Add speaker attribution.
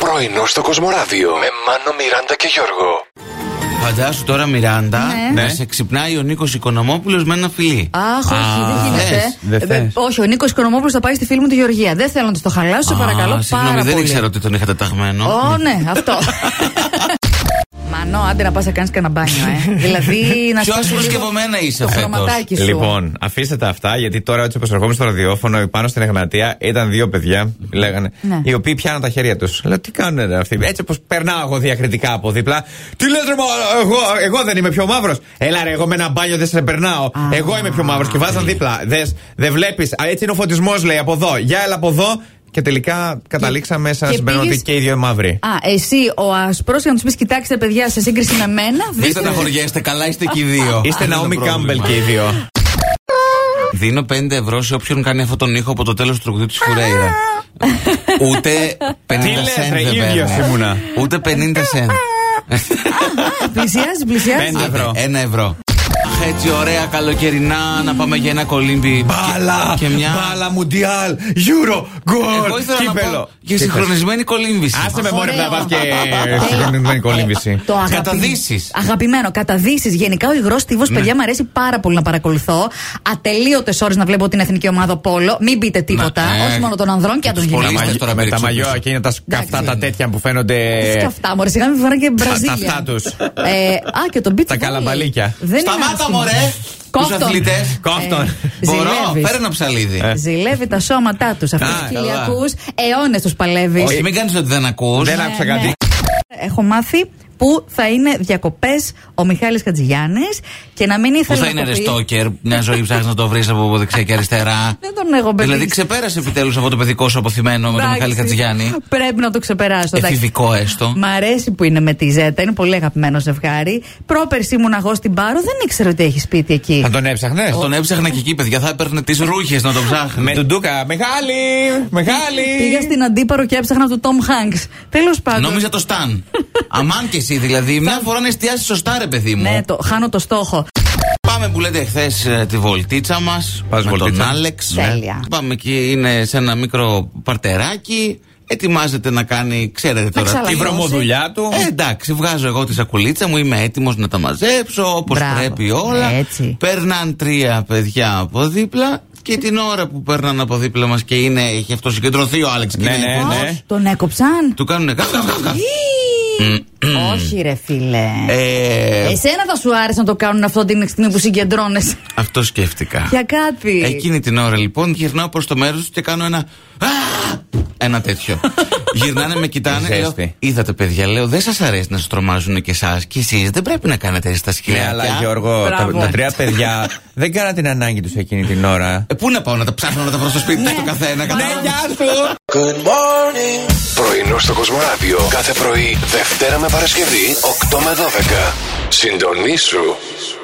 Speaker 1: Πρωινό στο Κοσμοράδιο με Μάνο, Μιράντα και Γιώργο.
Speaker 2: Φαντάσου τώρα, Μιράντα,
Speaker 3: Ναι.
Speaker 2: να σε ξυπνάει ο Νίκος Οικονομόπουλος με ένα φιλί.
Speaker 3: Αχ, όχι, δεν γίνεται.
Speaker 2: θες,
Speaker 3: Ε,
Speaker 2: δεν θες.
Speaker 3: Όχι, ο Νίκος Οικονομόπουλος θα πάει στη φίλη μου τη Γεωργία. Δεν θέλω να τη το χαλάσω, σε
Speaker 2: Α,
Speaker 3: παρακαλώ
Speaker 2: συγγνώμη,
Speaker 3: πάρα
Speaker 2: δεν
Speaker 3: πολύ.
Speaker 2: ήξερα ότι τον είχατε ταγμένο.
Speaker 3: Ω, ναι, αυτό. Μανώ, άντε να πας να κάνεις κανένα μπάνιο, ε. δηλαδή να
Speaker 2: Πιο
Speaker 3: σκοτώσεις λίγο
Speaker 2: προσκευωμένα είσαι
Speaker 3: το
Speaker 2: φέτος.
Speaker 3: χρωματάκι σου.
Speaker 4: Λοιπόν, αφήστε τα αυτά, γιατί τώρα έτσι όπως ερχόμαστε στο ραδιόφωνο, πάνω στην Εγνατία ήταν δύο παιδιά, λέγανε,
Speaker 3: Ναι.
Speaker 4: οι οποίοι πιάνουν τα χέρια τους. Λέω, τι κάνουν ρε, αυτοί. Έτσι όπως περνάω εγώ διακριτικά από δίπλα. Τι λες, ρε, μα, εγώ, εγώ δεν είμαι πιο μαύρος. Έλα, ρε, εγώ με ένα μπάνιο δεν σε περνάω. εγώ είμαι πιο μαύρος. Και βάζαν δίπλα. Δες, Δεν βλέπεις. Έτσι είναι ο φωτισμός, λέει, από εδώ. Για έλα από εδώ. Και τελικά καταλήξαμε σε ένα
Speaker 3: και
Speaker 4: συμπέρασμα ότι
Speaker 3: πήγες-
Speaker 4: και οι δύο είναι μαύροι.
Speaker 3: Α, εσύ ο ασπρό για να τους πεις: Κοιτάξτε, παιδιά, σε σύγκριση με μένα,
Speaker 2: Μην
Speaker 3: δείτε.
Speaker 2: στεναχωριέστε, καλά είστε και οι δύο.
Speaker 4: Είστε
Speaker 2: Αυτό
Speaker 4: Ναόμι
Speaker 2: είναι το πρόβλημα.
Speaker 4: Κάμπελ και οι δύο.
Speaker 2: Δίνω 5 ευρώ σε όποιον κάνει αυτόν τον ήχο από το τέλος του τραγουδιού της Φουρέιρα. Ούτε 50
Speaker 4: Τι λες,
Speaker 2: cent
Speaker 4: ρε,
Speaker 2: δεν
Speaker 4: ίδιος
Speaker 2: παίρνω.
Speaker 4: ήμουνα.
Speaker 2: Ούτε 50 cent.
Speaker 3: Πλησιάζει, πλησιάζει.
Speaker 4: Πέντε.
Speaker 2: Άντε,
Speaker 4: ευρώ.
Speaker 2: Ένα ευρώ. Αχ, έτσι ωραία καλοκαιρινά να πάμε για ένα κολύμπι.
Speaker 4: Μπάλα!
Speaker 2: Και μια.
Speaker 4: Μπάλα, Μουντιάλ, Euro, γκολ!
Speaker 2: Εγώ ήθελα να
Speaker 4: κύπελλο.
Speaker 2: πω για
Speaker 4: Τι θες?
Speaker 2: συγχρονισμένη κολύμβηση.
Speaker 4: Άσε με μόρι
Speaker 3: Ωραίο.
Speaker 4: να πας και
Speaker 3: Τέλεια.
Speaker 4: συγχρονισμένη κολύμβηση.
Speaker 3: Το αγαπη-
Speaker 2: Καταδύσεις. Ναι.
Speaker 3: Αγαπημένο, καταδύσεις. Γενικά ο υγρός τύβο, παιδιά, μου αρέσει πάρα πολύ να παρακολουθώ. Ατελείωτες ώρες να βλέπω την εθνική ομάδα Πόλο. Μην πείτε τίποτα.
Speaker 2: ε,
Speaker 3: όχι μόνο των ανδρών και
Speaker 2: τους
Speaker 3: των γυναικών.
Speaker 2: πολύ Είστε τώρα
Speaker 4: Με τα
Speaker 2: περίξοποι.
Speaker 4: μαγιό εκείνα τα καυτά
Speaker 3: ναι,
Speaker 4: τα τέτοια που
Speaker 2: ε,
Speaker 4: φαίνονται.
Speaker 3: Τι και αυτά, μωρέ, σιγά μην φοράνε και Βραζίλια.
Speaker 4: αυτά τους.
Speaker 3: Ε, α, και τον beach
Speaker 4: Τα
Speaker 3: volley.
Speaker 4: καλαμπαλίκια.
Speaker 3: Δεν είναι
Speaker 2: Σταμάτα,
Speaker 3: άσχημο.
Speaker 2: μωρέ! Του
Speaker 3: Κόφτον. Ε,
Speaker 2: αθλητέ.
Speaker 4: Κόφτον.
Speaker 2: Μπορώ,
Speaker 3: ζηλεύεις.
Speaker 2: φέρε ένα ψαλίδι.
Speaker 4: Ε.
Speaker 3: Ζηλεύει τα σώματά τους αυτού
Speaker 4: Α,
Speaker 3: τους
Speaker 4: καλά.
Speaker 3: κοιλιακού. Αιώνες τους παλεύεις.
Speaker 2: Όχι, μην κάνεις ότι δεν ακούς.
Speaker 4: Δεν
Speaker 3: Ε, ναι.
Speaker 4: άκουσα κάτι.
Speaker 3: Έχω μάθει που θα είναι διακοπές ο Μιχάλης Κατζηγιάννη και να μην
Speaker 2: Πού
Speaker 3: ήθελε
Speaker 2: θα
Speaker 3: να
Speaker 2: είναι
Speaker 3: το
Speaker 2: ρε
Speaker 3: πει.
Speaker 2: στόκερ, μια ζωή ψάχνεις να το βρεις από δεξιά και αριστερά.
Speaker 3: Δεν τον έχω πετύχει.
Speaker 2: Δηλαδή ξεπέρασε επιτέλους από το παιδικό σου αποθυμένο με τον
Speaker 3: Εντάξει.
Speaker 2: Μιχάλη Κατζηγιάννη.
Speaker 3: Πρέπει να το ξεπεράσω. εντάξει.
Speaker 2: Εφηβικό έστω.
Speaker 3: Μ' αρέσει που είναι με τη Ζέτα, είναι πολύ αγαπημένο ζευγάρι. Πρόπερση ήμουν εγώ στην Πάρο, δεν ήξερα ότι έχει σπίτι εκεί.
Speaker 4: Θα τον έψαχνες.
Speaker 2: Τον έψαχνα και εκεί, παιδιά. Θα έπαιρνε τις ρούχες να τον ψάχνει.
Speaker 4: Με τον Ντούκα. Μεγάλη!
Speaker 3: Πήγα
Speaker 4: Μεγάλη!
Speaker 3: στην Αντίπαρο και έψαχνα του Τόμ Χάγκ. Τέλος πάντων.
Speaker 2: Νόμιζα το Σταν. Αμάν και εσύ, δηλαδή. Μια φορά να εστιάσει σωστά, ρε παιδί μου.
Speaker 3: Ναι, το, χάνω το στόχο.
Speaker 2: Πάμε που λέτε χθες τη βολτίτσα μας.
Speaker 4: Πας
Speaker 2: Με
Speaker 4: βολτίτσα.
Speaker 2: τον Άλεξ.
Speaker 3: Τέλεια.
Speaker 2: Ναι. Πάμε εκεί, είναι σε ένα μικρό παρτεράκι. Ετοιμάζεται να κάνει, ξέρετε τώρα,
Speaker 3: ξαλαγώσει.
Speaker 2: τη
Speaker 4: βρωμοδουλειά του.
Speaker 2: Ε, εντάξει, βγάζω εγώ τη σακουλίτσα μου, είμαι έτοιμος να τα μαζέψω όπως
Speaker 3: Μπράβο.
Speaker 2: πρέπει όλα.
Speaker 3: Ναι, έτσι.
Speaker 2: Περνάν τρία παιδιά από δίπλα και την ώρα που παίρναν από δίπλα μας και είναι, έχει αυτό συγκεντρωθεί ο Άλεξ. και
Speaker 4: Ναι,
Speaker 2: είναι
Speaker 4: ναι,
Speaker 2: έτοιμος,
Speaker 4: ναι.
Speaker 3: Τον έκοψαν.
Speaker 2: Του κάνουνε καφ, καφ, καφ, καφ.
Speaker 3: Όχι, ρε φίλε.
Speaker 2: Ε,
Speaker 3: Εσένα θα σου άρεσε να το κάνουν αυτό την στιγμή που συγκεντρώνεσαι
Speaker 2: αυτό σκέφτηκα.
Speaker 3: για κάτι.
Speaker 2: Εκείνη την ώρα λοιπόν γυρνάω προς το μέρος τους και κάνω ένα. «Α!» Ένα τέτοιο. Γυρνάνε, με κοιτάνε.
Speaker 4: Ζέστη.
Speaker 2: λέω, Είδατε, παιδιά, λέω, δεν σας αρέσει να σας τρομάζουν και εσάς. Και εσείς δεν πρέπει να κάνετε έτσι τα
Speaker 4: Ναι,
Speaker 2: σκυλιά.
Speaker 4: αλλά Γιώργο, τα-
Speaker 3: Ε, Μπράβο.
Speaker 4: τα τρία παιδιά δεν κάναν την ανάγκη τους εκείνη την ώρα.
Speaker 2: Ε, πού να πάω να τα ψάχνω να τα βρω στο σπίτι
Speaker 4: Ναι.
Speaker 2: τους το καθένα. κατάλαβες?
Speaker 4: σου!
Speaker 1: Πρωινό στο Κοσμοράδιο κάθε πρωί, Δευτέρα με Παρασκευή, 8 με 12. Συντονίσου.